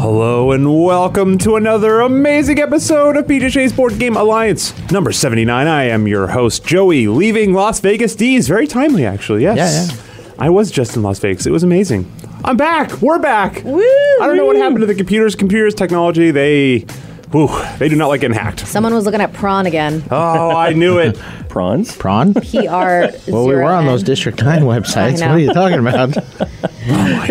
and welcome to another amazing episode of PJ's Board Game Alliance, number 79. I am your host, Joey, leaving Las Vegas D's. Very timely, actually, yes. Yeah, yeah. I was just in Las Vegas. It was amazing. I'm back. We're back. Woo! I don't know what happened to the computers. Computers, technology, they. Whew, they do not like getting hacked. Someone was looking at prawn again. Oh, I knew it. Prawns? Prawn? P R. Well, we were on those District 9 websites. I know. What are you talking about?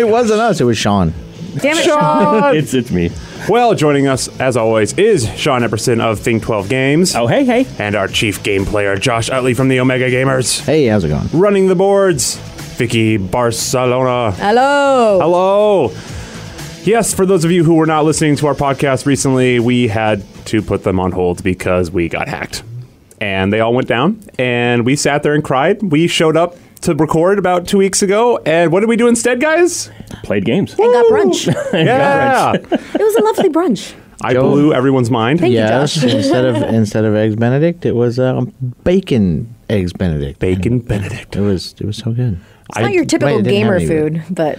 it wasn't us, it was Sean. Damn it, Sean. Sean! It's it's me. well, joining us, as always, is Sean Epperson of Think 12 Games Oh hey hey. and our chief game player, Josh Utley from the Omega Gamers. Hey, how's it going? Running the boards, Vicky Barcelona. Hello. Hello. Yes, for those of you who were not listening to our podcast recently, we had to put them on hold because we got hacked. And they all went down, and we sat there and cried. We showed up to record about two weeks ago, and what did we do instead, guys? Played games. And got brunch. Yeah. It was a lovely brunch. I blew everyone's mind. Thank you, Yes, Josh. instead of instead of eggs Benedict, it was um, bacon eggs Benedict. Bacon Benedict. It was it was so good. It's not your typical wait, I didn't gamer have any of food, but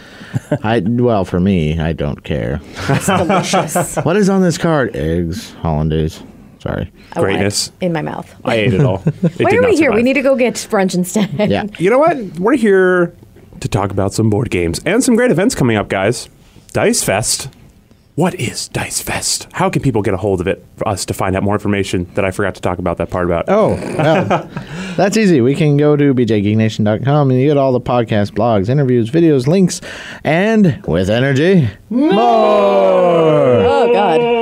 I well for me, I don't care. it's delicious. What is on this card? Eggs hollandaise. Sorry. I want it Greatness. in my mouth. I ate it all. It Why did are not we here? We survive. need to go get brunch instead. Yeah. You know what? We're here to talk about some board games and some great events coming up, guys. Dice Fest. What is Dice Fest? How can people get a hold of it for us to find out more information that I forgot to talk about that part about? Oh, well, that's easy. We can go to bjgeeknation.com and you get all the podcast, blogs, interviews, videos, links, and with energy, Oh God.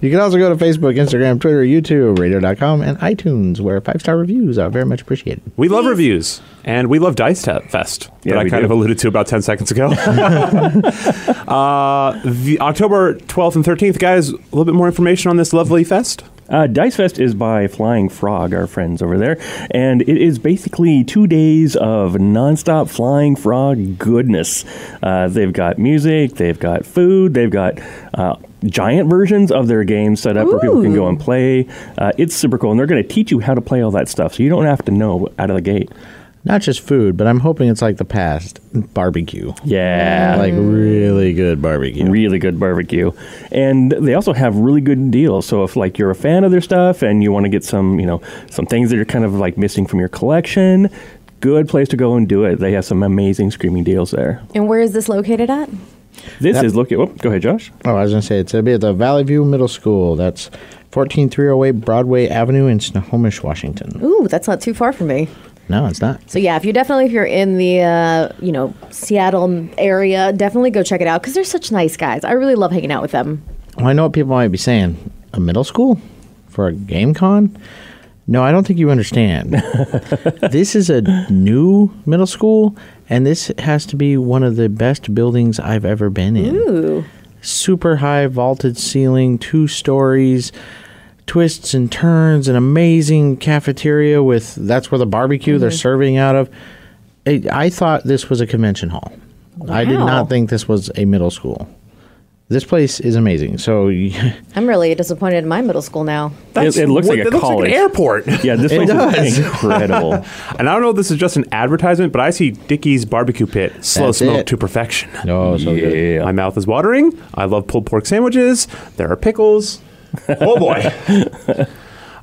You can also go to Facebook, Instagram, Twitter, YouTube, radio.com, and iTunes, where five star reviews are very much appreciated. We love reviews and we love Dice Te- Fest Yeah, that I we kind do. of alluded to about 10 seconds ago. uh, the October 12th and 13th, guys, a little bit more information on this lovely fest. Uh, Dice Fest is by Flying Frog, our friends over there, and it is basically two days of nonstop Flying Frog goodness. Uh, they've got music, they've got food, they've got uh, giant versions of their games set up where people can go and play. Uh, it's super cool, and they're going to teach you how to play all that stuff, so you don't have to know out of the gate. Not just food, but I'm hoping it's like the past barbecue. Yeah, Like really good barbecue. really good barbecue and they also have really good deals so if like you're a fan of their stuff and you want to get some you know some things that are kind of like missing from your collection good place to go and do it they have some amazing screaming deals there And where is this located at? this is look at whoop, go ahead josh Oh, I was going to say, it's going to be at the Valley View Middle School. That's 14308 Broadway Avenue in Snohomish, Washington. Ooh, that's not too far from me. No, it's not. So yeah, if you definitely if you're in the uh, you know Seattle area, definitely go check it out because they're such nice guys. I really love hanging out with them. Well, I know what people might be saying. A middle school for a game con? No, I don't think you understand. this is a new middle school, and this has to be one of the best buildings I've ever been in. Ooh, Super high vaulted ceiling, two stories, twists and turns, an amazing cafeteria with that's where the barbecue they're serving out of. I I thought this was a convention hall. I did Wow. not think this was a middle school. This place is amazing. So I'm really disappointed in my middle school now. it, it looks what- like a it looks like college an airport. yeah this It place does. is incredible And I don't know if this is just an advertisement, but I see Dickie's barbecue pit slow That's smoke it. to perfection. Oh, so good. yeah My mouth is watering. I love pulled pork sandwiches. There are pickles. Oh boy.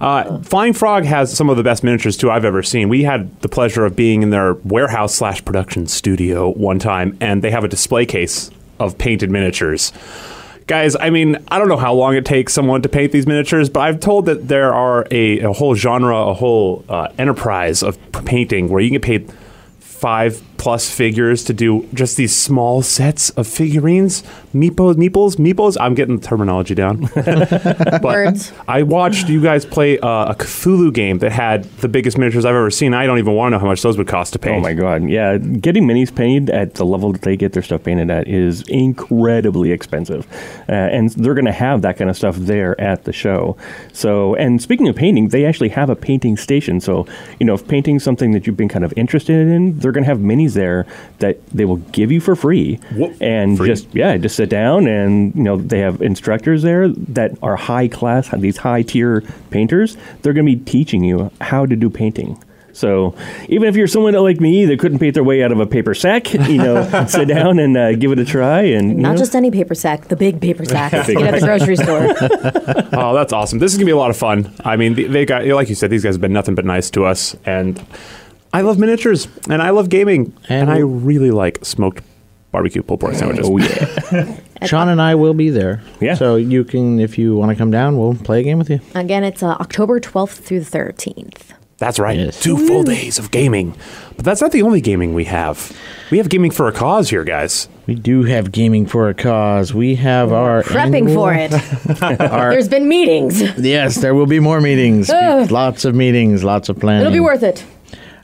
Uh, Flying Frog has some of the best miniatures too I've ever seen. We had the pleasure of being in their warehouse slash production studio one time, and they have a display case of painted miniatures. Guys, I mean, I don't know how long it takes someone to paint these miniatures, but I've told that there are a, a whole genre, a whole uh, enterprise of p- painting where you can get paid five plus figures to do just these small sets of figurines. Meepos, meeples, meeples. I'm getting the terminology down. Words. I watched you guys play uh, a Cthulhu game that had the biggest miniatures I've ever seen. I don't even want to know how much those would cost to paint. Oh my god! Yeah, getting minis painted at the level that they get their stuff painted at is incredibly expensive, uh, and they're going to have that kind of stuff there at the show. So, and speaking of painting, they actually have a painting station. So, you know, if painting's something that you've been kind of interested in, they're going to have minis there that they will give you for free, Whoa, and free. just yeah, just sit down and you know they have instructors there that are high class, these high tier painters. They're going to be teaching you how to do painting. So even if you're someone like me that couldn't paint their way out of a paper sack, you know, sit down and uh, give it a try. And you Not know, just any paper sack, the big paper sack. big you get at the grocery store. Oh, that's awesome. This is gonna be a lot of fun. I mean, they, they got like you said, these guys have been nothing but nice to us, and I love miniatures, and I love gaming, and, And- I really like smoked barbecue pulled pork sandwiches. oh yeah. Sean and I will be there. Yeah. So you can, if you want to come down, we'll play a game with you. Again, it's uh, October 12th through the 13th. That's right, Yes. two full days of gaming. But that's not the only gaming we have. We have gaming for a cause here, guys. We do have gaming for a cause. We have our Prepping annual- for it. Our- There's been meetings. yes, there will be more meetings. Ugh. lots of meetings. Lots of planning. It'll be worth it.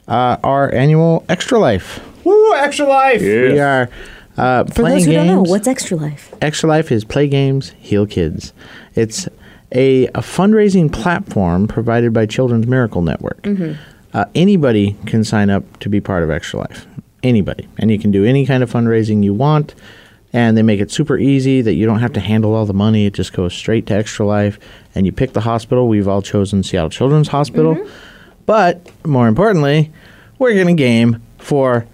uh, our annual extra life. Woo! Extra life. We are uh, For playing those who games. don't know, what's Extra Life? Extra Life is play games, heal kids. It's a, a fundraising platform provided by Children's Miracle Network. Uh, anybody can sign up to be part of Extra Life. Anybody. And you can do any kind of fundraising you want. And they make it super easy that you don't have to handle all the money. It just goes straight to Extra Life. And you pick the hospital. We've all chosen Seattle Children's Hospital. But more importantly, we're going to game for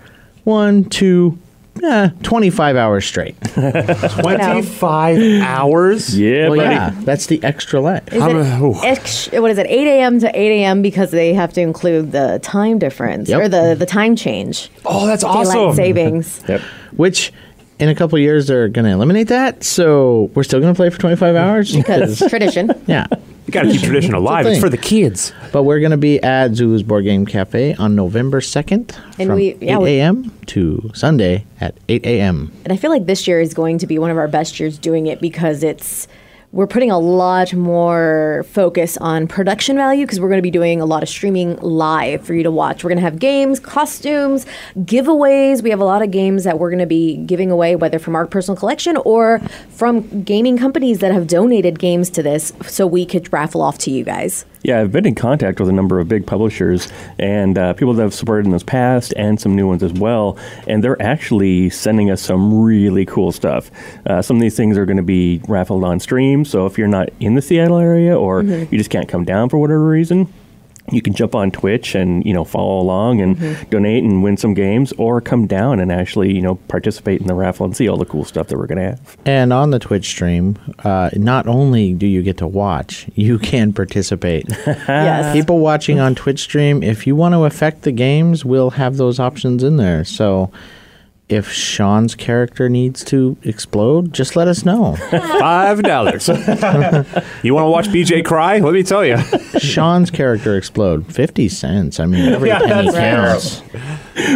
one, two, eh, 25 hours straight. Twenty-five hours. Yeah, Well, buddy. yeah, that's the extra life. Is I'm it a- ooh. ex- what is it? 8 a.m. to 8 a.m. because they have to include the time difference Yep. or the, the time change. Oh, that's Daylight awesome. savings. Yep. Which, in a couple of years, they're going to eliminate that. So we're still going to play for 25 hours. Because tradition. yeah. You gotta keep tradition alive. It's thing. for the kids. But we're going to be at Zoo's Board Game Cafe on November 2nd And from we- yeah, 8 we- a.m. to Sunday at 8 a.m. And I feel like this year is going to be one of our best years doing it because it's we're putting a lot more focus on production value because we're going to be doing a lot of streaming live for you to watch. We're going to have games, costumes, giveaways. We have a lot of games that we're going to be giving away, whether from our personal collection or from gaming companies that have donated games to this, so we could raffle off to you guys. Yeah, I've been in contact with a number of big publishers and uh, people that have supported in this past and some new ones as well. And they're actually sending us some really cool stuff. Uh, some of these things are going to be raffled on stream. So if you're not in the Seattle area or you just can't come down for whatever reason, you can jump on Twitch and you know follow along and donate and win some games, or come down and actually you know participate in the raffle and see all the cool stuff that we're going to have. And on the Twitch stream, uh, not only do you get to watch, you can participate. yes. people watching on Twitch stream, if you want to affect the games, we'll have those options in there. So if Sean's character needs to explode, just let us know. Five dollars. you want to watch BJ cry? Let me tell you. Sean's character explode. 50 cents. I mean, every penny counts.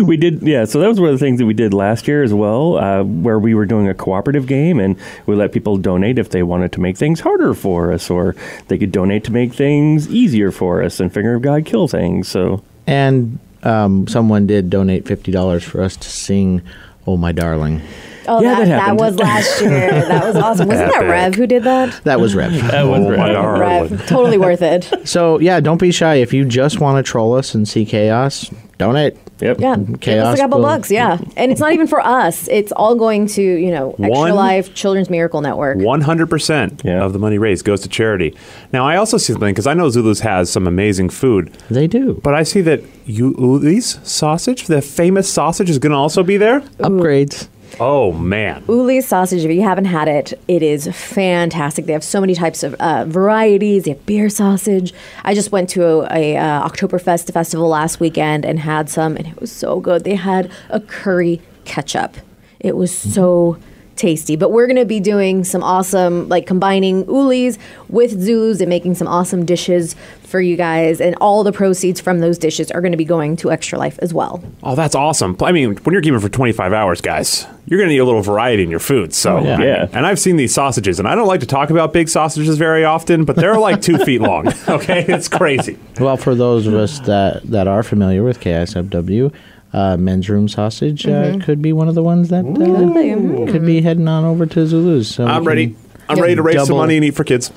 we did yeah so that was one of the things that we did last year as well uh, where we were doing a cooperative game and we let people donate if they wanted to make things harder for us or they could donate to make things easier for us and finger of god kill things so And um, someone did donate $50 for us to sing Oh My Darling. Oh, Yeah, that, that happened. was last year. That was awesome. Wasn't that Epic. Rev who did that? That was Rev. that Oh my darling. Rev, totally worth it. so, yeah, don't be shy. If you just want to troll us and see chaos, donate. yep Yeah, give us Chaos a couple will- bucks. Yeah, and it's not even for us. It's all going to you know Extra One- Life Children's Miracle Network. One hundred percent Yeah. of the money raised goes to charity. Now, I also see something because I know Zulu's has some amazing food, They do. but I see that Uli's sausage, the famous sausage, is going to also be there. Upgrades. Oh man, Uli's sausage. If you haven't had it, it is fantastic. They have so many types of uh, varieties. They have beer sausage. I just went to a, a uh, Oktoberfest festival last weekend and had some, and it was so good. They had a curry ketchup. It was so tasty. But we're gonna be doing some awesome, like combining Uli's with Zulu's and making some awesome dishes for you guys. And all the proceeds from those dishes are gonna be going to Extra Life as well. oh that's awesome. I mean, when you're gaming for twenty five hours, guys, you're going to need a little variety in your food. So yeah. I mean, Yeah. and I've seen these sausages, and I don't like to talk about big sausages very often, but they're like two feet long. Okay, it's crazy. Well, for those of us that, that are familiar with KSFW, uh, men's room sausage Mm-hmm. uh, could be one of the ones that uh, could be heading on over to Zulu's. So we I'm can- ready. I'm ready to raise some Double- money and eat for kids.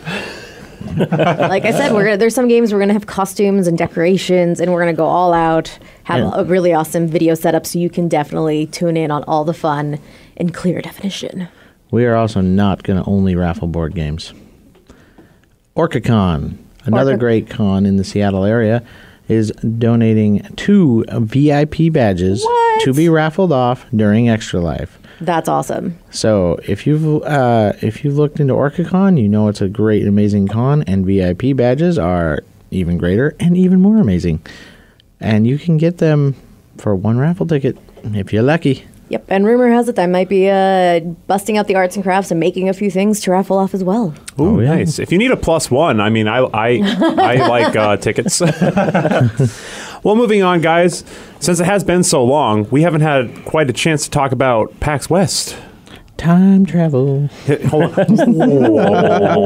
like I said, we're gonna, there's some games we're gonna have costumes and decorations, and we're gonna go all out. Have Yeah. a really awesome video setup, so you can definitely tune in on all the fun in clear definition. We are also not going to only raffle board games. OrcaCon, another Orca- great con in the Seattle area. is donating two VIP badges What? to be raffled off during Extra Life. That's awesome. So if you've uh, if you've looked into OrcaCon, you know it's a great, amazing con, and VIP badges are even greater and even more amazing. And you can get them for one raffle ticket if you're lucky. Yep. And rumor has it that I might be uh, busting out the arts and crafts and making a few things to raffle off as well. Ooh, Oh, nice. If you need a plus one, I mean, I I, I like uh, tickets. well, moving on, guys. Since it has been so long, we haven't had quite a chance to talk about PAX West. Time travel. Hold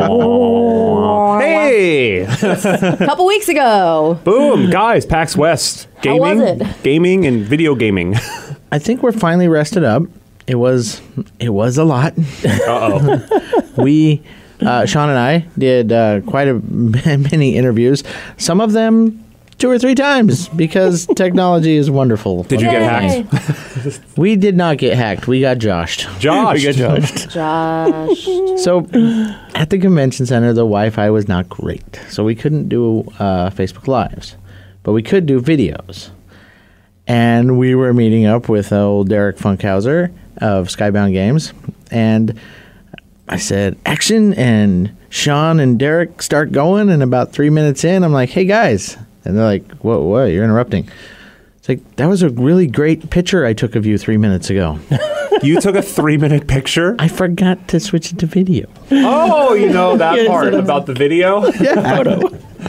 on. hey, A couple weeks ago. boom, guys! PAX West How was gaming, it? gaming, and video gaming. I think we're finally rested up. It was it was a lot. Uh oh. we uh, Sean and I did uh, quite a many interviews. Some of them two or three times because technology is wonderful. Did you get Yay. hacked, We did not get hacked. We got joshed. Josh? Josh. So at the convention center, the Wi-Fi was not great, so we couldn't do uh, Facebook Lives, but we could do videos. And we were meeting up with old Derek Funkhauser of Skybound Games, and I said action, and Sean and Derek start going, and about three minutes in, I'm like, hey guys, and they're like, whoa, whoa, you're interrupting. It's like that was a really great picture I took of you three minutes ago. You took a three-minute picture. I forgot to switch it to video. Oh, you know that part about the video.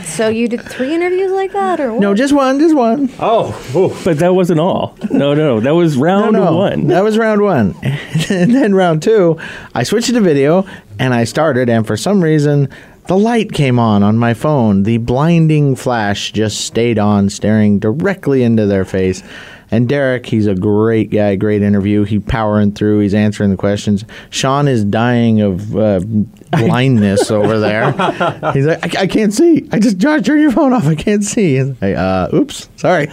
So you did three interviews like that, or what? No, just one, just one. Oh, ooh. But that wasn't all. No, no, no. That was round one. That was round one. and then round two, I switched to video and I started, and for some reason, the light came on on my phone. The blinding flash just stayed on, staring directly into their face. And Derek, he's a great guy, great interview. He powering through, he's answering the questions. Sean is dying of uh, blindness over there. He's like, I, I can't see. I just, Josh, turn your phone off. I can't see. Hey, uh, oops, sorry.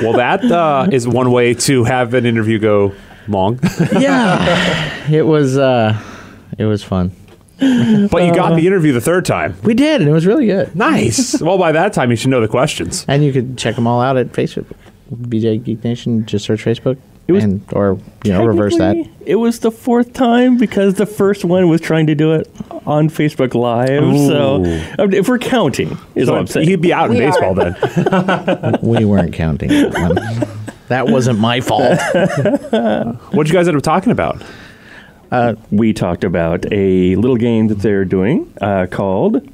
well, that uh, is one way to have an interview go long. yeah, it was uh, it was fun. But you Uh. got the interview the third time. We did, and it was really good. Nice. well, by that time, you should know the questions. And you could check them all out at Facebook, BJ Geek Nation. Just search Facebook, It was- and or you know reverse that. Technically, It was the fourth time because the first one was trying to do it on Facebook Live. So I mean, if we're counting, is what I'm saying. He'd be out in We are. baseball then. We weren't counting that one. That wasn't my fault. What'd you guys end up talking about? we talked about a little game that they're doing uh, called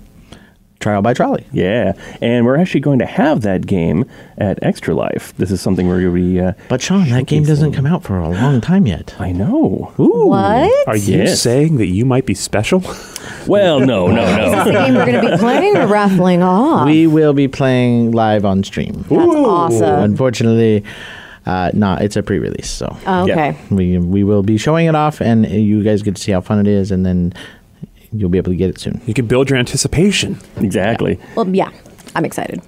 Trial by trolley. Yeah, and we're actually going to have that game at Extra Life. This is something we're going to be. Uh, But Sean, that game doesn't come out for a long time yet. I know. What? Are you Yes. saying that you might be special? Well, no, no, no. Is the game we're going to be playing or raffling off? We will be playing live on stream. That's awesome. Unfortunately, uh, not. It's a pre-release, so Oh, okay. we we will be showing it off, and you guys get to see how fun it is, and then you'll be able to get it soon. You can build your anticipation. exactly. Well, yeah. I'm excited.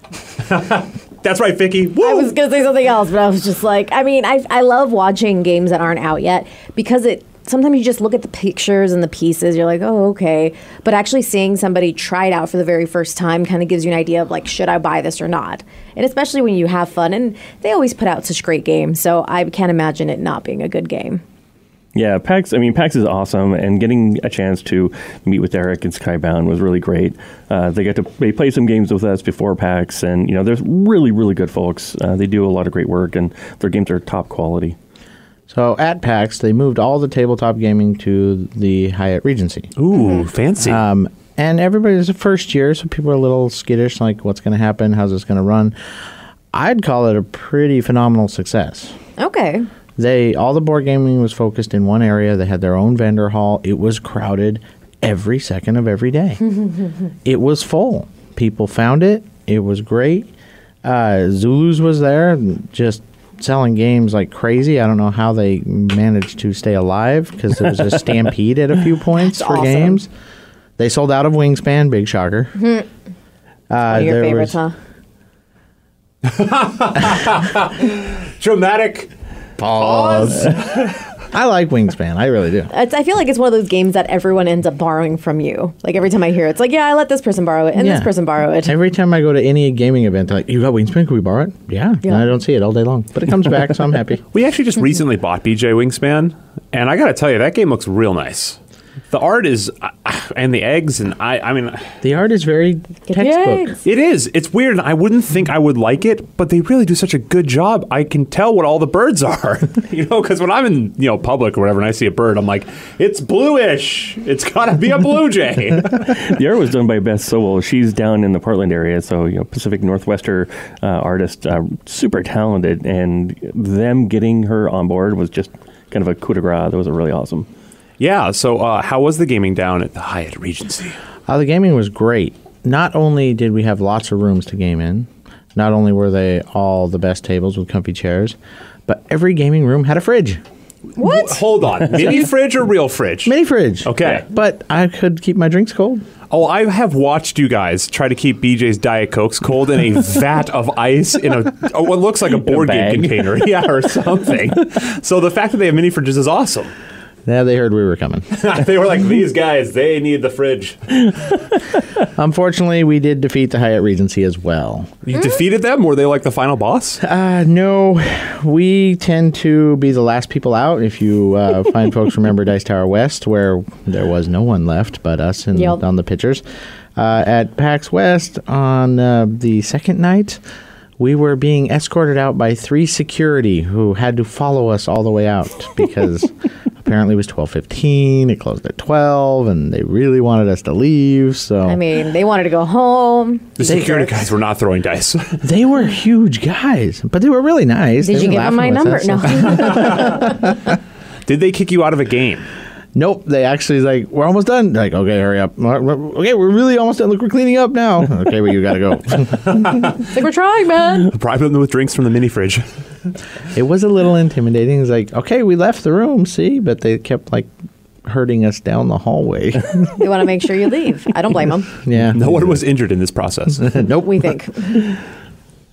That's right, Vicky. Woo! I Oh. was gonna say something else, but I was just like, I mean, I I love watching games that aren't out yet because it. Sometimes you just look at the pictures and the pieces, you're like, oh, okay. But actually seeing somebody try it out for the very first time kind of gives you an idea of like, should I buy this or not? And especially when you have fun, and they always put out such great games, so I can't imagine it not being a good game. Yeah, PAX. I mean, PAX is awesome, and getting a chance to meet with Eric and Skybound was really great. Uh, they got to they played some games with us before PAX, and you know, they're really, really good folks. Uh, they do a lot of great work, and their games are top quality. So at PAX, they moved all the tabletop gaming to the Hyatt Regency. Mm-hmm. Ooh, fancy. Uh. Um, and everybody's the first year, so people are a little skittish, like what's going to happen, how's this going to run. I'd call it a pretty phenomenal success. Okay. They all the board gaming was focused in one area. They had their own vendor hall. It was crowded every second of every day. it was full. People found it. It was great. Uh, Zulus was there, just selling games like crazy. I don't know how they managed to stay alive because there was a stampede at a few points for awesome. games. They sold out of Wingspan. Big shocker. Uh, One of your there favorites, was- huh? Dramatic. Pause. I like Wingspan. I really do. It's, I feel like it's one of those games that everyone ends up borrowing from you. Like every time I hear it, it's like, yeah, I let this person borrow it and Yeah. this person borrow it. Every time I go to any gaming event, they're like, "You got Wingspan? Can we borrow it?" Yeah. Yeah. And I don't see it all day long, but it comes back, so I'm happy. We actually just recently bought BJ Wingspan, and I got to tell you, that game looks real nice. The art is, uh, and the eggs, and I, I mean, The art is very the textbook. eggs. it is. It's weird, and I wouldn't think I would like it, but they really do such a good job. I can tell what all the birds are, you know, because when I'm in, you know, public or whatever, and I see a bird, I'm like, it's bluish. It's got to be a blue jay. the art was done by Beth Sowell. She's down in the Portland area, so you know Pacific Northwester uh, artist, uh, super talented, and them getting her on board was just kind of a coup de grace. That was really awesome. yeah. So, uh, how was the gaming down at the Hyatt Regency? Uh, the gaming was great. Not only did we have lots of rooms to game in, not only were they all the best tables with comfy chairs, but every gaming room had a fridge, What? Hold on, mini fridge or real fridge? mini fridge. Okay. But I could keep my drinks cold. Oh, I have watched you guys try to keep BJ's Diet Cokes cold in a vat of ice in a oh, what looks like a board bag. game container, yeah, or something. so the fact that they have mini fridges is awesome. Yeah, they heard we were coming. they were like, these guys, they need the fridge. Unfortunately, we did defeat the Hyatt Regency as well. You defeated them. Were they like the final boss? Uh, no, we tend to be the last people out. If you uh, find folks remember Dice Tower West, where there was no one left but us and Yep. on the pitchers. Uh, at PAX West on uh, the second night, we were being escorted out by three security who had to follow us all the way out because apparently it was twelve fifteen. It closed at twelve, and they really wanted us to leave. So I mean, they wanted to go home. The security guys were not throwing dice. they were huge guys, but they were really nice. Did They you were give them laughing my with number? us. No. Did they kick you out of a game? Nope, they actually like we're almost done. Like okay, hurry up. Okay, we're really almost done. Look, we're cleaning up now. okay, well you gotta go. It's like, we're trying, man. Deprive them with drinks from the mini fridge. it was a little intimidating. It's like okay, we left the room, see, but they kept like herding us down the hallway. They want to make sure you leave. I don't blame them. yeah, No one was injured in this process. nope. We think.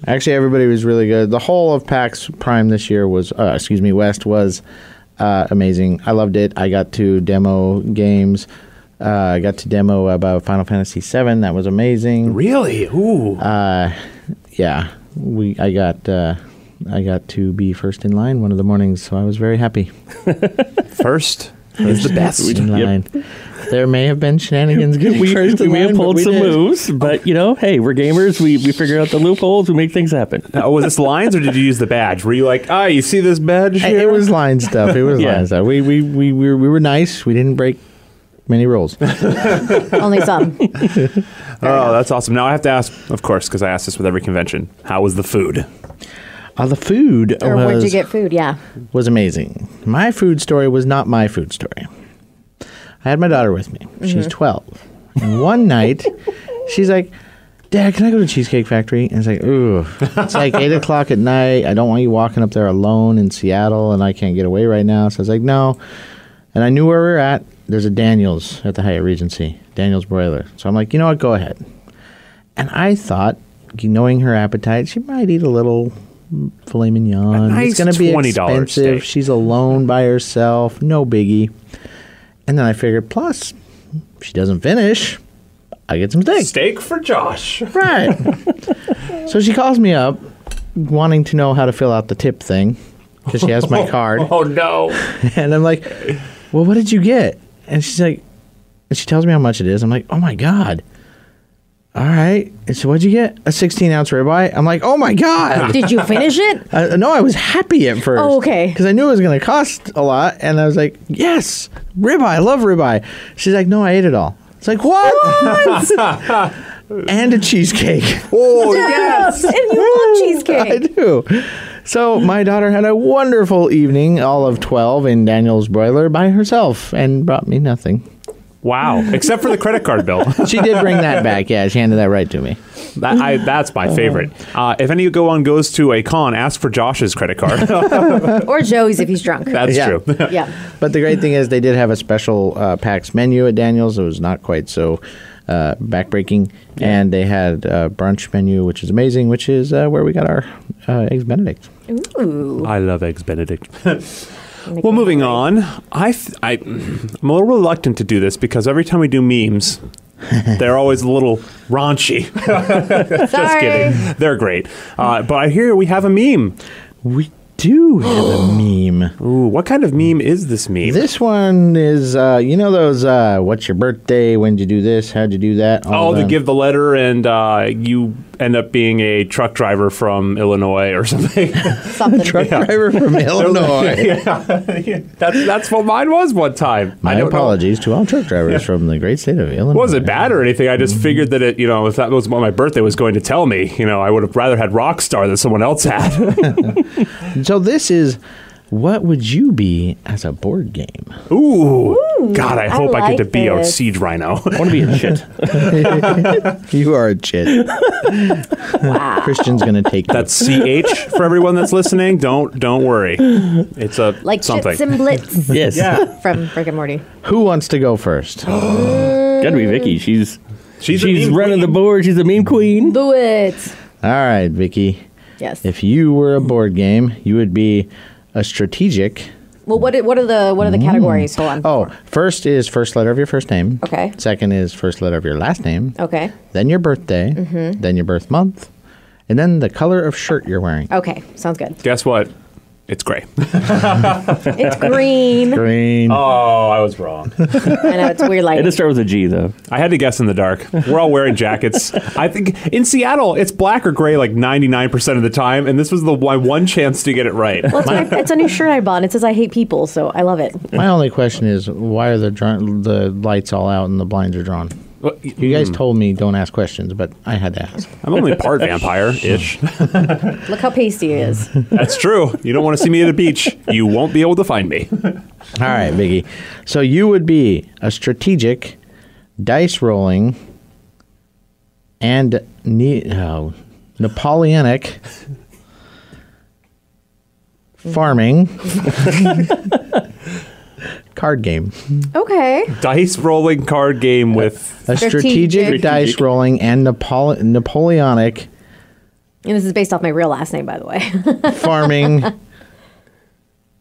Actually, everybody was really good. The whole of PAX Prime this year was, uh, excuse me, West was uh, amazing. I loved it. I got to demo games. Uh, I got to demo about Final Fantasy VII. That was amazing. really? Ooh. Uh, yeah, we. I got. Uh, I got to be first in line one of the mornings, so I was very happy. First is the best. In line, there may have been shenanigans. getting We, first we in may have line, but pulled we some did. moves, but you know, hey, we're gamers. We we figure out the loopholes. We make things happen. Now, Oh, was this lines or did you use the badge? Were you like, ah, you see this badge? It, here? was line stuff. It was Yeah. line stuff. We we we we were, we were nice. We didn't break many rules. Only some. Oh, that's awesome. Now I have to ask, of course, because I ask this with every convention. How was the food? Uh, the food Or where'd you was, get food? Yeah. was amazing. My food story was not my food story. I had my daughter with me. Mm-hmm. She's 12. And one night, she's like, Dad, can I go to Cheesecake Factory? And it's like, ooh, it's like 8 o'clock at night. I don't want you walking up there alone in Seattle, and I can't get away right now. So I was like, no. And I knew where we were at. There's a Daniels at the Hyatt Regency, Daniels Broiler. So I'm like, you know what? Go ahead. And I thought, knowing her appetite, she might eat a little filet mignon. nice it's going to be $20 expensive. steak. She's alone by herself. No biggie. And then I figured, plus, if she doesn't finish, I get some steak. Steak for Josh. Right. so she calls me up, wanting to know how to fill out the tip thing, because she has my card. Oh no. And I'm like, well, what did you get? And she's like, and she tells me how much it is. I'm like, oh my God. All right. And so what'd you get? A 16 ounce ribeye. I'm like, oh my God. Did you finish it? I, no, I was happy at first. Oh, okay. Because I knew it was going to cost a lot. And I was like, yes, ribeye. I love ribeye. She's like, no, I ate it all. It's like, what? and a cheesecake. Oh Yes. And you love I cheesecake. do. So my daughter had a wonderful evening, all of twelve, in Daniel's broiler by herself, and brought me nothing. Wow. Except for the credit card bill. She did bring that back. Yeah, she handed that right to me. That, I, that's my favorite. Uh, if any go on goes to a con, ask for Josh's credit card. Or Joey's if he's drunk. that's Yeah. true. Yeah. But the great thing is, they did have a special uh, PAX menu at Daniel's. It was not quite so uh, backbreaking, and they had a brunch menu, which is amazing, which is uh, where we got our uh, eggs Benedict. Ooh. I love eggs Benedict. Make Well, me moving hungry. on, I, th- I, I'm a little reluctant to do this because every time we do memes, they're always a little raunchy. Just Sorry. kidding. They're great. Uh, but I hear we have a meme. We do have a meme. Ooh, what kind of meme is this meme? This one is, uh, you know, those, uh, what's your birthday? When'd you do this? How'd you do that? Oh, they them. give the letter and uh, you end up being a truck driver from Illinois or something. Something. Truck driver from Illinois. that's, that's what mine was one time. I My don't know- apologies to all truck drivers from the great state of Illinois. It wasn't bad or anything. I just figured that it, you know, if that was what my birthday was going to tell me, you know, I would have rather had Rockstar than someone else had. So this is, what would you be as a board game? Ooh, God, I hope I, like get to be a this. siege rhino. I want to be a shit. You are a chit. Christian's gonna take that. That's CH for everyone that's listening. Don't don't worry. It's a Like something. Chips and Blitz Yes. from Rick and Morty. Who wants to go first? Gotta be Vicky. She's She's she's, a meme running queen. the board. She's a meme queen. Do it. All right, Vicky. Yes. If you were a board game, you would be a strategic. well, what are, what are the what are the categories? Hold on. Oh, first is first letter of your first name. Okay. Second is first letter of your last name. Okay. Then your birthday. Then your birth month. And then the color of shirt you're wearing. Okay. Sounds good. Guess what? It's gray. It's green. Green. Oh, I was wrong. I know it's weird. It Like does start with a G though. I had to guess in the dark. We're all wearing jackets. I think in Seattle, it's black or gray like 99% of the time, and this was the my one chance to get it right. well, it's, my, it's a new shirt I bought. and It says I hate people, so I love it. My only question is why are the dr- the lights all out and the blinds are drawn? Well, You guys told me don't ask questions, but I had to ask. I'm only part vampire ish. Look how pasty it is. That's true. You don't want to see me at a beach. You won't be able to find me. All right, Vicky. So you would be a strategic, dice rolling, and ne- oh, Napoleonic farming card game. Okay. Dice rolling card game with. A strategic, Strategic. dice rolling and Napole- Napoleonic And this is based off my real last name, by the way. farming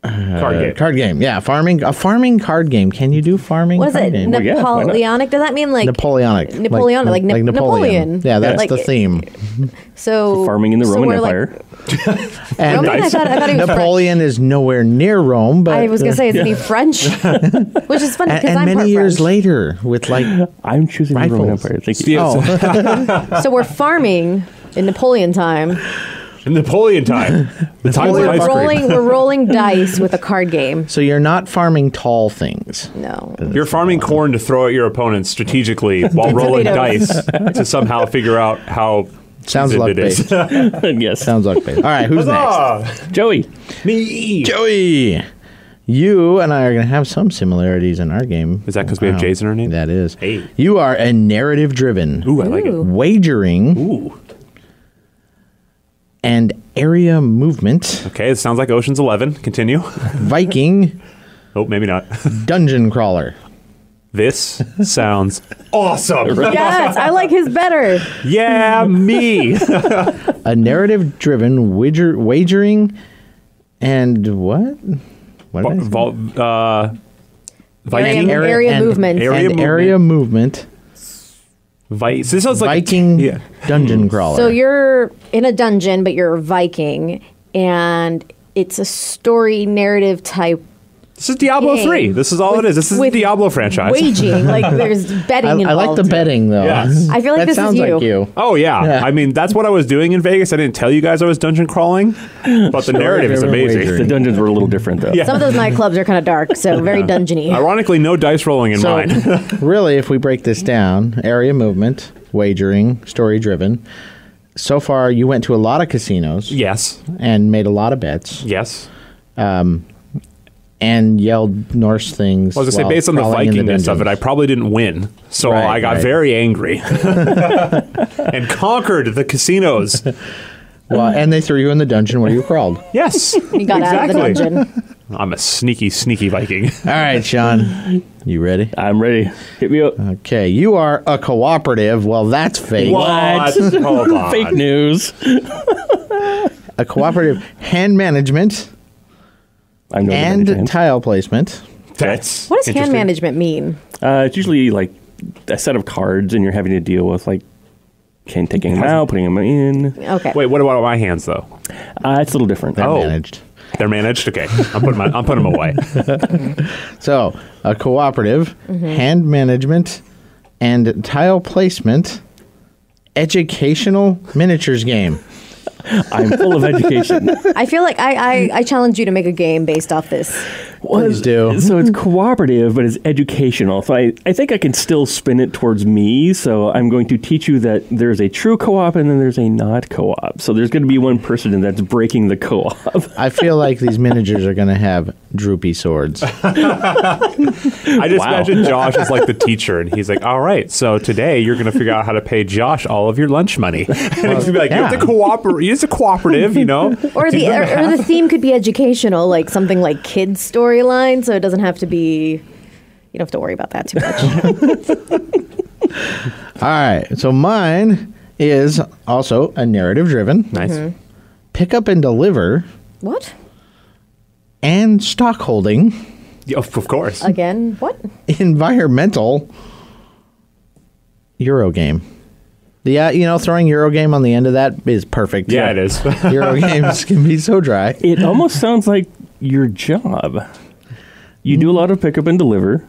Card uh, game. card game. Yeah, farming a farming card game. Can you do farming? Was card it game? yeah, why not? Napoleonic? Does that mean like Napoleonic. Napoleonic, like, Nap- Napoleon. Yeah, that's Like- the theme. so Farming in the so Roman we're, like- Empire. And Roman? I thought, I thought he was French. Napoleon is nowhere near Rome, but I was gonna say, is he French? Which is funny and, because and I'm part many years French. later with like I'm choosing the Roman Rifles. Empire. Thank you. Yes. oh So we're farming in Napoleon time. Napoleon time. The time of Napoleon ice We're farm. cream. rolling. We're rolling dice with a card game. so you're not farming tall things. No. You're farming corn to throw at your opponents strategically while rolling tomatoes. dice to somehow figure out how. Sounds cheesy luck it is. based. yes. Sounds luck based. All right, who's next? Ah, Joey. me. Joey. You and I are going to have some similarities in our game. Is that 'cause we have J's in our name? That is. Hey. You are a narrative driven, Ooh, I like it. Ooh. wagering, Ooh. and area movement, Okay, it sounds like Ocean's Eleven. Continue. Viking, Oh, maybe not. dungeon crawler. This sounds awesome. Yes, I like his better. Yeah, me. a narrative driven wager- wagering and what? What did I say? Vol- uh, Viking. Area- and- movement. and Area area movement. Vi- so this sounds like a t- Viking yeah. dungeon crawler. So you're in a dungeon, but you're a Viking, and it's a story narrative type This is Diablo Yay. three. This is all it is. This is the with Diablo franchise. waging. Like there's I, betting I like involved. the betting though. Yes. I feel like that this is sounds you. like you. Oh yeah. Yeah. I mean, that's what I was doing in Vegas. I didn't tell you guys I was dungeon crawling, but the narrative is driven amazing. wagering. The dungeons were a little different though. Yeah. Some of those nightclubs are kind of dark, so very dungeony. Ironically, no dice rolling in So, mine. really, if we break this down, area movement, wagering, story driven. So far, you went to a lot of casinos yes. and made a lot of bets Yes. and yelled Norse things. I was gonna while say, based on the crawling in Vikingness of it, I dungeons. probably didn't win, so Right, I got right. very angry and conquered the casinos. Well, and they threw you in the dungeon where you crawled. All Yes, You got out of the dungeon. I'm a sneaky, sneaky Viking. right, Sean, you ready? I'm ready. Hit me up. Oh Okay, you are a cooperative. Well, that's fake. What? Hold on. Fake news. A cooperative hand management, I'm going to manage and hands. tile placement. That's What does hand interesting. management mean? Uh, it's usually like a set of cards, and you're having to deal with like can taking them out, putting them in. Okay. Wait, what about my hands though? Uh, it's a little different. They're Oh. managed. They're managed. Okay, I'm putting my, I'm putting them away. So a cooperative, hand management, and tile placement educational miniatures game. I'm full of education. I feel like I, I, I challenge you to make a game based off this. Please do. So it's cooperative, but it's educational. So I, I think I can still spin it towards me. So I'm going to teach you that there's a true co-op and then there's a not co-op. So there's going to be one person that's breaking the co-op. I feel like these managers are going to have droopy swords. I just Wow. imagine Josh is like the teacher, and he's like, "All right, so today you're going to figure out how to pay Josh all of your lunch money." and he's gonna be like, "You have yeah. to cooperate. It's a cooperative, you know." Or the or, or the theme could be educational, like something like kids storyline, so it doesn't have to be you don't have to worry about that too much. All right. So mine is also a narrative driven Nice. pick up and deliver what? and stock holding Yeah, of of course. Again, what? environmental Euro game. Yeah, you know, throwing Euro game on the end of that is perfect. yeah, it is. Euro games can be so dry. It almost sounds like your job. You do a lot of pickup and deliver.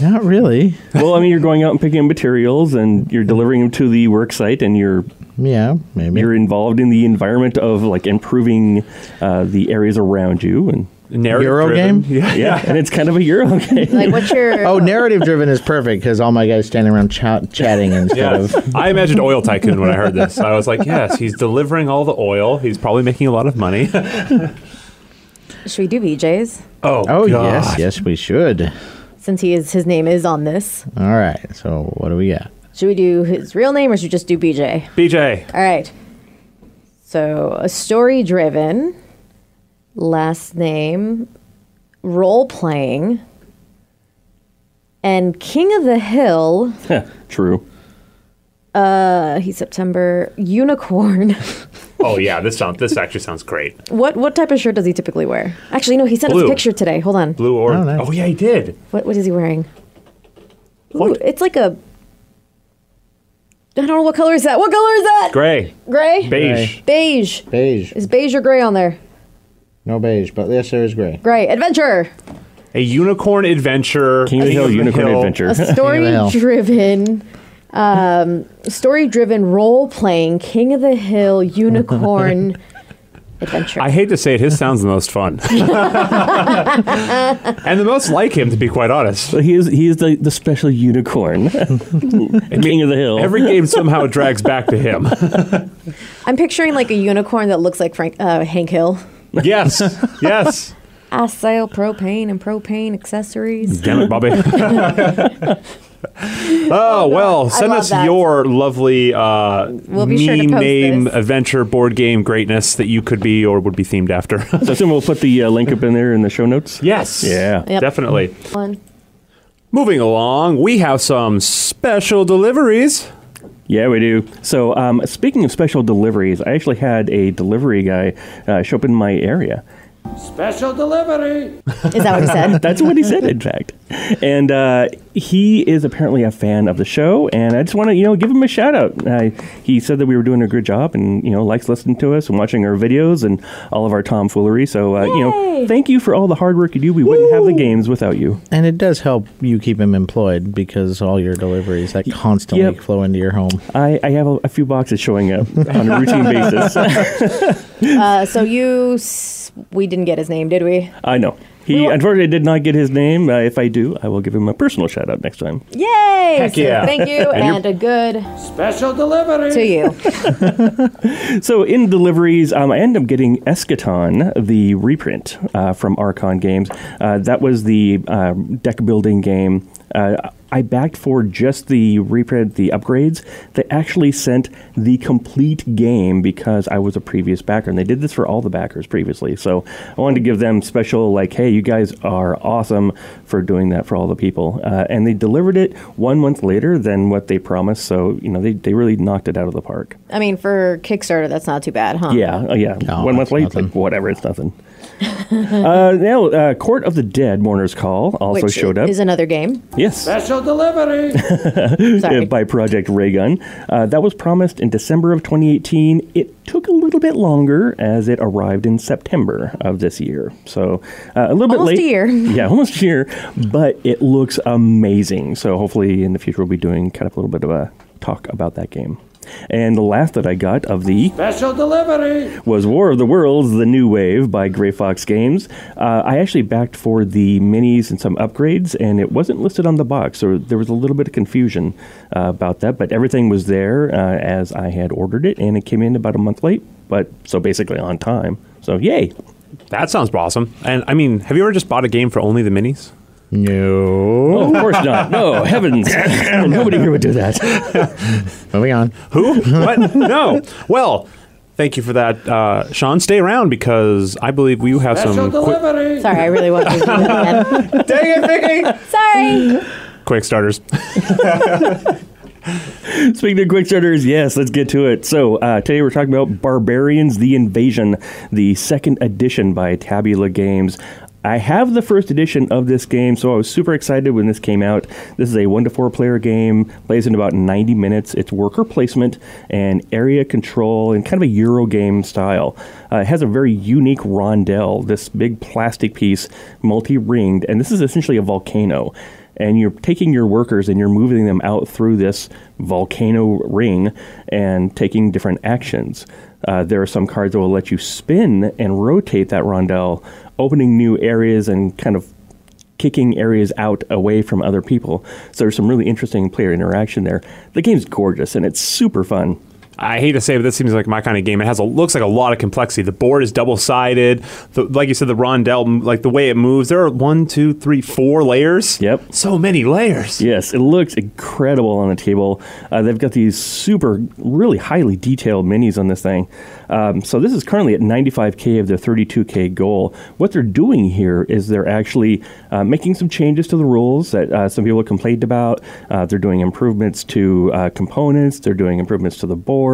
Not really. Well, I mean, you're going out and picking up materials, and you're delivering them to the work site, and you're Yeah, maybe. you're involved in the environment of like improving uh, the areas around you, and Narrative Euro driven. game? Yeah. yeah, and it's kind of a Euro game. Like what's your oh, narrative driven is perfect because all my guys standing around ch- chatting instead Yeah, of. I imagined oil tycoon when I heard this. I was like, "Yes, he's delivering all the oil. He's probably making a lot of money." should we do BJ's? oh, Oh, God. yes, yes, we should. Since he is his name is on this. All right. So, what do we got? Should we do his real name or should we just do BJ? BJ. All right. So a story driven, last name, role playing, and King of the Hill. True. Uh, he's September unicorn. Oh yeah, this sounds. This actually sounds great. what what type of shirt does he typically wear? Actually, no, he sent us Blue. a picture today. Hold on. Blue or Oh, nice. oh yeah, he did. What what is he wearing? Ooh, What? it's like a. I don't know what color is that. What color is that? Gray, Gray. beige. beige. Beige. Is beige or gray on there? No beige, but yes, there is gray. Gray. Adventure. A unicorn adventure. King of the Hill Unicorn Hill. Adventure. A story Hill. driven, um, story driven role playing King of the Hill unicorn adventure. I hate to say it, his sound's the most fun. and the most like him, to be quite honest. But he is he is the, the special unicorn, King of the Hill. Every game somehow drags back to him. I'm picturing like a unicorn that looks like Frank uh, Hank Hill. Yes, yes. I sell propane and propane accessories. Damn it, Bobby. oh, well, send love us that. your lovely uh, We'll be me sure to post name this. adventure board game greatness that you could be or would be themed after. so soon we'll put the uh, link up in there in the show notes. yes. Yeah. Yep. Definitely. One. Moving along, we have some special deliveries. Yeah, we do. So, um, speaking of special deliveries, I actually had a delivery guy uh, show up in my area. Special delivery. Is that what he said? That's what he said, in fact. And uh, he is apparently a fan of the show, and I just want to, you know, give him a shout out. Uh, he said that we were doing a good job, and you know, likes listening to us and watching our videos and all of our tomfoolery. So, uh, you know, Yay! thank you for all the hard work you do. We wouldn't have the games without you. And it does help you keep him employed because all your deliveries that constantly Yep. flow into your home. I, I have a, a few boxes showing up on a routine basis. Uh, so you, s- we didn't get his name, did we? I know. He Well- unfortunately did not get his name. Uh, if I do, I will give him a personal shout out next time. Yay! Heck So yeah. Thank you, and, a good Special delivery. to you. So in deliveries, um, I ended up getting Eschaton, the reprint uh, from Archon Games. Uh, that was the uh, deck building game. Uh, I backed for just the reprint, the upgrades. They actually sent the complete game because I was a previous backer, and they did this for all the backers previously. So I wanted to give them special, like, hey, you guys are awesome for doing that for all the people. Uh, and they delivered it one month later than what they promised. So, you know, they, they really knocked it out of the park. I mean, for Kickstarter, that's not too bad, huh? Yeah, uh, yeah. No, One Oh, that's month late, nothing. like, whatever, it's nothing. uh, now, uh, Court of the Dead, Mourner's Call, also which showed up. is another game. yes. uh, Special delivery. Sorry. by Project Raygun. Uh, that was promised in December of 2018. It took a little bit longer as it arrived in September of this year. So uh, a little bit Almost late. a year. yeah, almost a year. But it looks amazing. So hopefully in the future we'll be doing kind of a little bit of a talk about that game. And the last that I got of the Special delivery. was War of the Worlds: The New Wave by Gray Fox Games. Uh, I actually backed for the minis and some upgrades, and it wasn't listed on the box, so there was a little bit of confusion uh, about that. But everything was there uh, as I had ordered it, and it came in about a month late, but so basically on time. So yay! That sounds awesome. And I mean, have you ever just bought a game for only the minis? No. Oh, of course not. No heavens, nobody here would do that. Moving on. Who? What? No. Well, thank you for that, uh, Sean. Stay around because I believe we have Special some quick, delivery. Sorry, I really want to do that again. dang it, Vicky! Sorry. quick starters. Speaking of quick starters, yes, let's get to it. So uh, today we're talking about Barbarians: The Invasion, the second edition by Tabula Games. I have the first edition of this game, so I was super excited when this came out. This is a one to four player game, plays in about 90 minutes. It's worker placement and area control and kind of a Euro game style. Uh, it has a very unique rondel, this big plastic piece, multi ringed, and this is essentially a volcano and you're taking your workers and you're moving them out through this volcano ring and taking different actions. Uh, there are some cards that will let you spin and rotate that rondel, opening new areas and kind of kicking areas out away from other people. So there's some really interesting player interaction there. The game's gorgeous and it's super fun. I hate to say, it, but this seems like my kind of game. It has a looks like a lot of complexity. The board is double sided. Like you said, the rondel, m- like the way it moves. There are one, two, three, four layers. Yep. So many layers. Yes, it looks incredible on the table. Uh, they've got these super, really highly detailed minis on this thing. Um, so this is currently at 95k of their 32k goal. What they're doing here is they're actually uh, making some changes to the rules that uh, some people have complained about. Uh, they're doing improvements to uh, components. They're doing improvements to the board.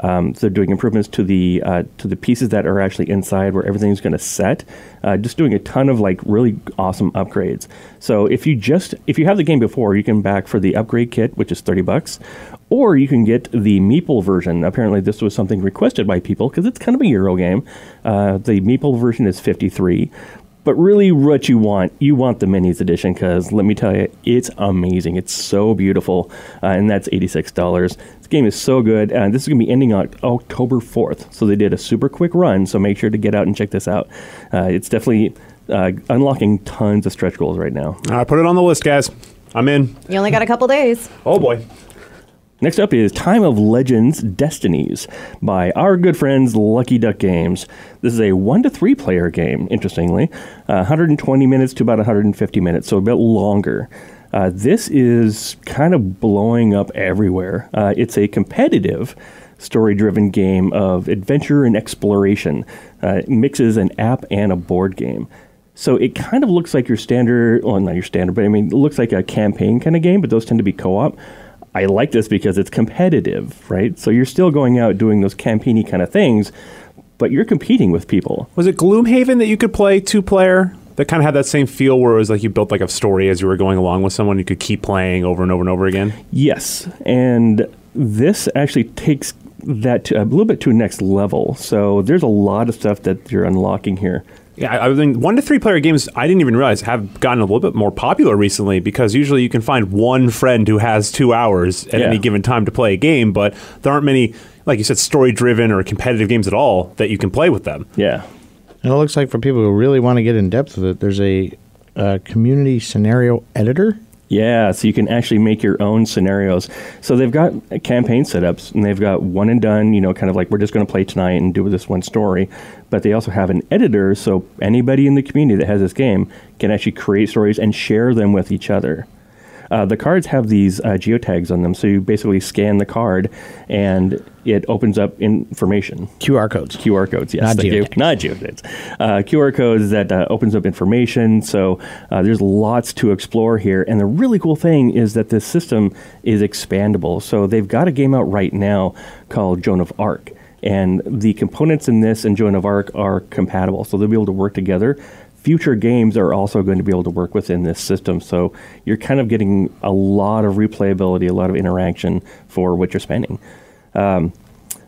Um, they're doing improvements to the uh, to the pieces that are actually inside where everything's going to set. Uh, just doing a ton of like really awesome upgrades. So if you just if you have the game before, you can back for the upgrade kit, which is thirty bucks, or you can get the Meeple version. Apparently, this was something requested by people because it's kind of a Euro game. Uh, the Meeple version is fifty three. But really, what you want, you want the minis edition because let me tell you, it's amazing. It's so beautiful, uh, and that's eighty-six dollars. This game is so good, and this is going to be ending on October fourth. So they did a super quick run. So make sure to get out and check this out. Uh, it's definitely uh, unlocking tons of stretch goals right now. All right, put it on the list, guys. I'm in. You only got a couple days. Oh boy. Next up is Time of Legends Destinies by our good friends Lucky Duck Games. This is a one to three player game, interestingly, uh, 120 minutes to about 150 minutes, so a bit longer. Uh, this is kind of blowing up everywhere. Uh, it's a competitive story driven game of adventure and exploration. Uh, it mixes an app and a board game. So it kind of looks like your standard, well, not your standard, but I mean, it looks like a campaign kind of game, but those tend to be co op. I like this because it's competitive, right? So you're still going out doing those campaigny kind of things, but you're competing with people. Was it Gloomhaven that you could play two player? That kind of had that same feel where it was like you built like a story as you were going along with someone. You could keep playing over and over and over again. Yes, and this actually takes that to a little bit to a next level. So there's a lot of stuff that you're unlocking here. Yeah, I I mean, one to three player games. I didn't even realize have gotten a little bit more popular recently because usually you can find one friend who has two hours at Yeah. any given time to play a game, but there aren't many, like you said, story driven or competitive games at all that you can play with them. Yeah. And it looks like for people who really want to get in depth with it, there's a, uh community scenario editor. Yeah, so you can actually make your own scenarios. So they've got uh, campaign setups and they've got one and done, you know, kind of like we're just going to play tonight and do this one story. But they also have an editor, so anybody in the community that has this game can actually create stories and share them with each other. Uh, the cards have these uh, geotags on them, so you basically scan the card and it opens up information. QR codes. QR codes, yes, Not thank you. geotags. not geotags. Uh, QR codes that uh, opens up information. So uh, there's lots to explore here. And the really cool thing is that this system is expandable. So they've got a game out right now called Joan of Arc. and the components in this and Joan of Arc are compatible, so they'll be able to work together. Future games are also going to be able to work within this system, so you're kind of getting a lot of replayability, a lot of interaction for what you're spending.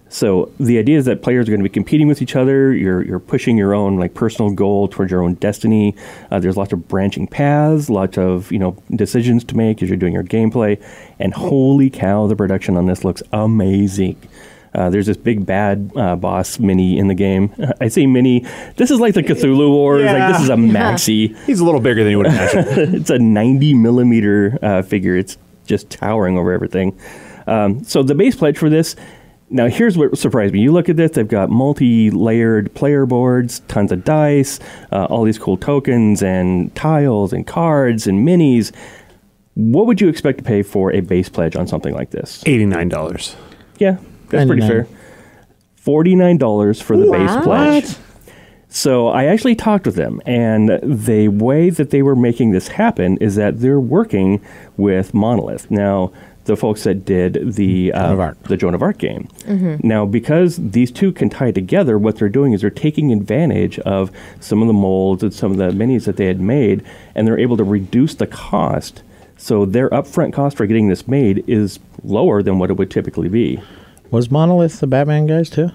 So the idea is that players are going to be competing with each other. You're you're pushing your own like personal goal towards your own destiny. Uh, there's lots of branching paths, lots of you know decisions to make as you're doing your gameplay. And holy cow, the production on this looks amazing. Uh, there's this big bad uh, boss mini in the game. I say mini. This is like the Cthulhu Wars. Like this is a maxi He's a little bigger than you would imagine. it's a 90 millimeter uh, figure. It's just towering over everything. Um, so the base pledge for this. Now here's what surprised me. You look at this; they've got multi-layered player boards, tons of dice, uh, all these cool tokens and tiles and cards and minis. What would you expect to pay for a base pledge on something like this? $89. Yeah, that's pretty 99. fair. Forty-nine dollars for the base What? pledge. So I actually talked with them, and the way that they were making this happen is that they're working with Monolith now. The folks that did the uh, of Arc. the Joan of Arc game. Now, because these two can tie together, what they're doing is they're taking advantage of some of the molds and some of the minis that they had made, and they're able to reduce the cost. So their upfront cost for getting this made is lower than what it would typically be. Was Monolith the Batman guys too?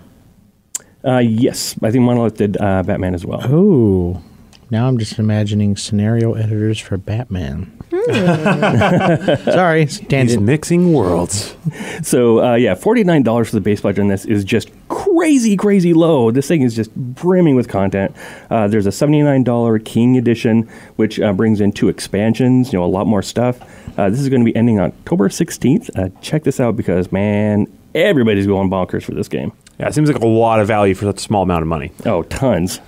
Uh, yes, I think Monolith did uh, Batman as Oh. well. Ooh. Now I'm just imagining scenario editors for Batman. Hmm. Sorry, it's a He's tangent. mixing worlds. So uh, yeah, forty nine dollars for the base pledge on this is just crazy, crazy low. This thing is just brimming with content. Uh, there's a seventy nine dollar King edition, which uh, brings in two expansions, you know, a lot more stuff. Uh, this is going to be ending October sixteenth. Uh, check this out because man, everybody's going bonkers for this game. Yeah, it seems like a lot of value for such a small amount of money. Oh, tons.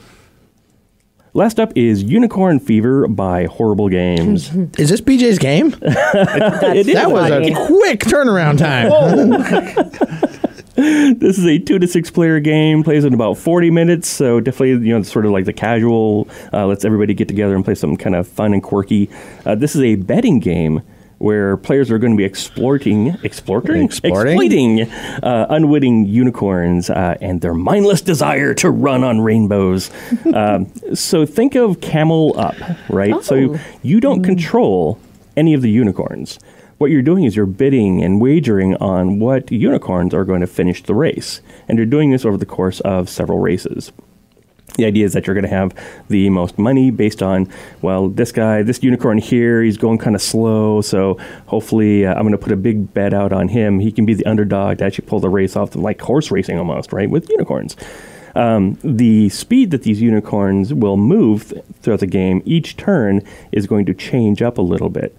Last up is Unicorn Fever by Horrible Games. Is this BJ's game? It is That was a Funny. quick turnaround time. this is a two to six player game plays in about 40 minutes so definitely you know it's sort of like the casual uh, let's everybody get together and play something kind of fun and quirky uh, this is a betting game where players are going to be exploiting, exploiting, Exploiting? exploiting uh, unwitting unicorns uh, and their mindless desire to run on rainbows. um, so think of Camel Up, right? So Oh. you, you don't control any of the unicorns. What you're doing is you're bidding and wagering on what unicorns are going to finish the race. And you're doing this over the course of several races. The idea is that you're going to have the most money based on, well, this guy, this unicorn here, he's going kind of slow. So hopefully, uh, I'm going to put a big bet out on him. He can be the underdog to actually pull the race off, like horse racing almost, right? With unicorns. Um, the speed that these unicorns will move th- throughout the game each turn is going to change up a little bit.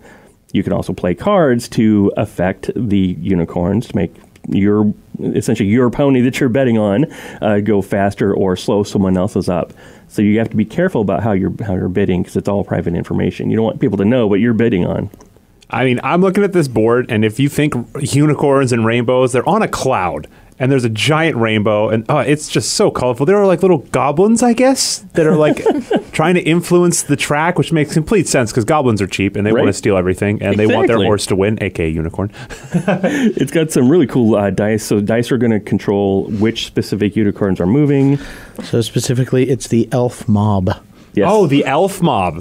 You can also play cards to affect the unicorns to make your essentially your pony that you're betting on uh, go faster or slow someone else's up. So you have to be careful about how you're how you're bidding because it's all private information. You don't want people to know what you're bidding on. I mean, I'm looking at this board, and if you think unicorns and rainbows, they're on a cloud, and there's a giant rainbow, and uh, it's just so colorful. There are like little goblins, I guess, that are like trying to influence the track, which makes complete sense because goblins are cheap and they want to Right. steal everything, and they want their Exactly. horse to win, aka unicorn. It's got some really cool uh, dice. So dice are going to control which specific unicorns are moving. So specifically, it's the elf mob. Yes. Oh, the elf mob.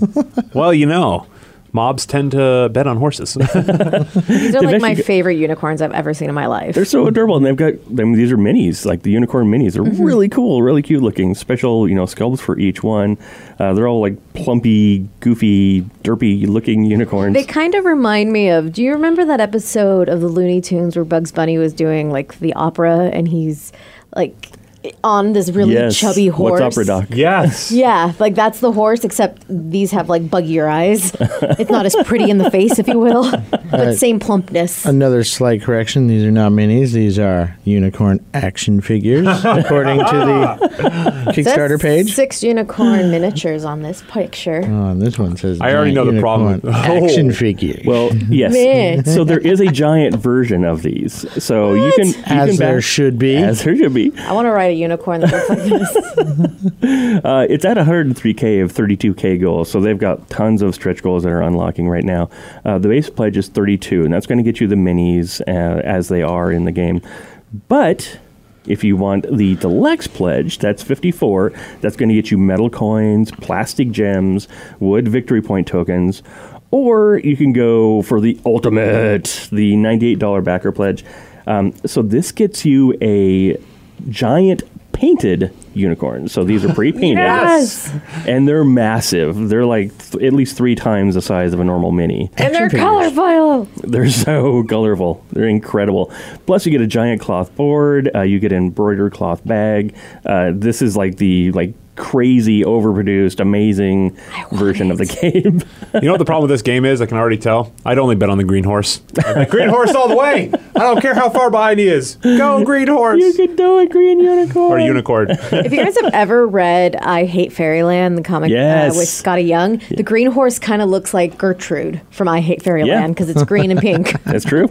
well, you know, mobs tend to bet on horses. These are like my actually got- favorite unicorns I've ever seen in my life. They're so adorable, and they've got. I mean, these are minis, like the unicorn minis. Mm-hmm. They're really cool, really cute looking. Special, you know, sculpts for each one. Uh, they're all like plumpy, goofy, derpy looking unicorns. They kind of remind me of. Do you remember that episode of the Looney Tunes where Bugs Bunny was doing like the opera and he's like on this really yes. chubby horse? What's opera doc? yes. Yeah, like that's the horse, except these have like buggier eyes. it's not as pretty in the face, if you will, but same plumpness. Another slight correction: these are not minis; these are unicorn action figures, according to the Kickstarter That's page. Six unicorn miniatures on this picture. Oh, and this one says. I already giant know the problem. unicorn Oh. Action figure. Well, Man. yes. so there is a giant version of these. So you can you As can there back- should be. As there should be. I want to ride a unicorn that looks like this. Uh, it's at 103k of 32k goals, so they've got tons of stretch goals that are unlocking right now. Uh, the base pledge is 32, and that's going to get you the minis uh, as they are in the game. But If you want the deluxe pledge, that's 54. That's going to get you metal coins, plastic gems, wood victory point tokens, or you can go for the ultimate, the $98 backer pledge. Um, so this gets you a giant painted unicorn. So these are pre-painted. Yes! And they're massive. They're like th- at least 3 times the size of a normal mini. And they're Action figures. colorful. They're so colorful. They're incredible. Plus, you get a giant cloth board. Uh, you get an embroidered cloth bag. Uh, this is like the like crazy, overproduced, amazing version of the game. You know what the problem with this game is? I can already tell. I'd only bet on the green horse. I'd bet green horse all the way. I don't care how far behind he is. Go green horse you could do it, green unicorn. or unicorn. if you guys have ever read I Hate Fairyland, the comic Yes. uh, with Scotty Young, the green horse kind of looks like Gertrude from I Hate Yeah. Fairyland because it's green and pink. That's true.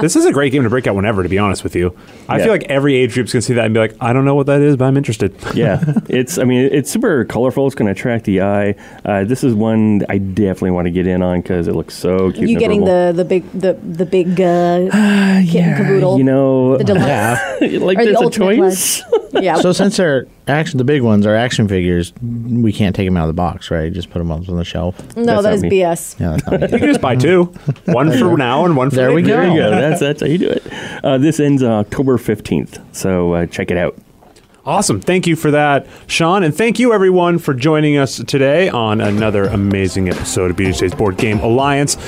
this is a great game to break out whenever. To be honest with you, I Yeah. feel like every age group's gonna see that and be like, I don't know what that is, but I'm interested. yeah, it's. I mean, it's super colorful. It's going to attract the eye. Uh, this is one I definitely want to get in on because it looks so cute. you and getting adorable. the the big the the big uh, kitten caboodle? you know, the deluxe. like Or the there's a ultimate choice. Yeah. So since they're action, the big ones are action figures, we can't take them out of the box, right? Just put them up on the shelf. no, that's not that is me. BS. Yeah, that's not You can just buy two, one for now and one for There we later. go. There Oh. you go. That's that's how you do it. Uh, this ends on October fifteenth, so uh, check it out. Awesome. Thank you for that, Sean. And thank you, everyone, for joining us today on another amazing episode of BJ's Board Game Alliance.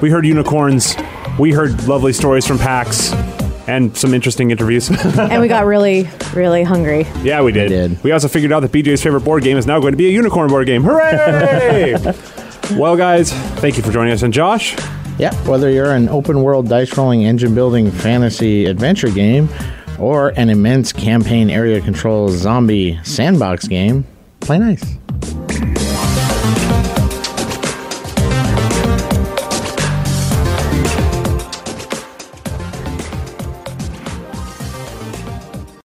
We heard unicorns, we heard lovely stories from PAX, and some interesting interviews. and we got really really hungry. yeah, we did. did. We also figured out that BJ's favorite board game is now going to be a unicorn board game. Hooray! well, guys, thank you for joining us. And Josh, Yeah, whether you're an open world dice rolling engine building fantasy adventure game or an immense campaign area control zombie sandbox game, play nice.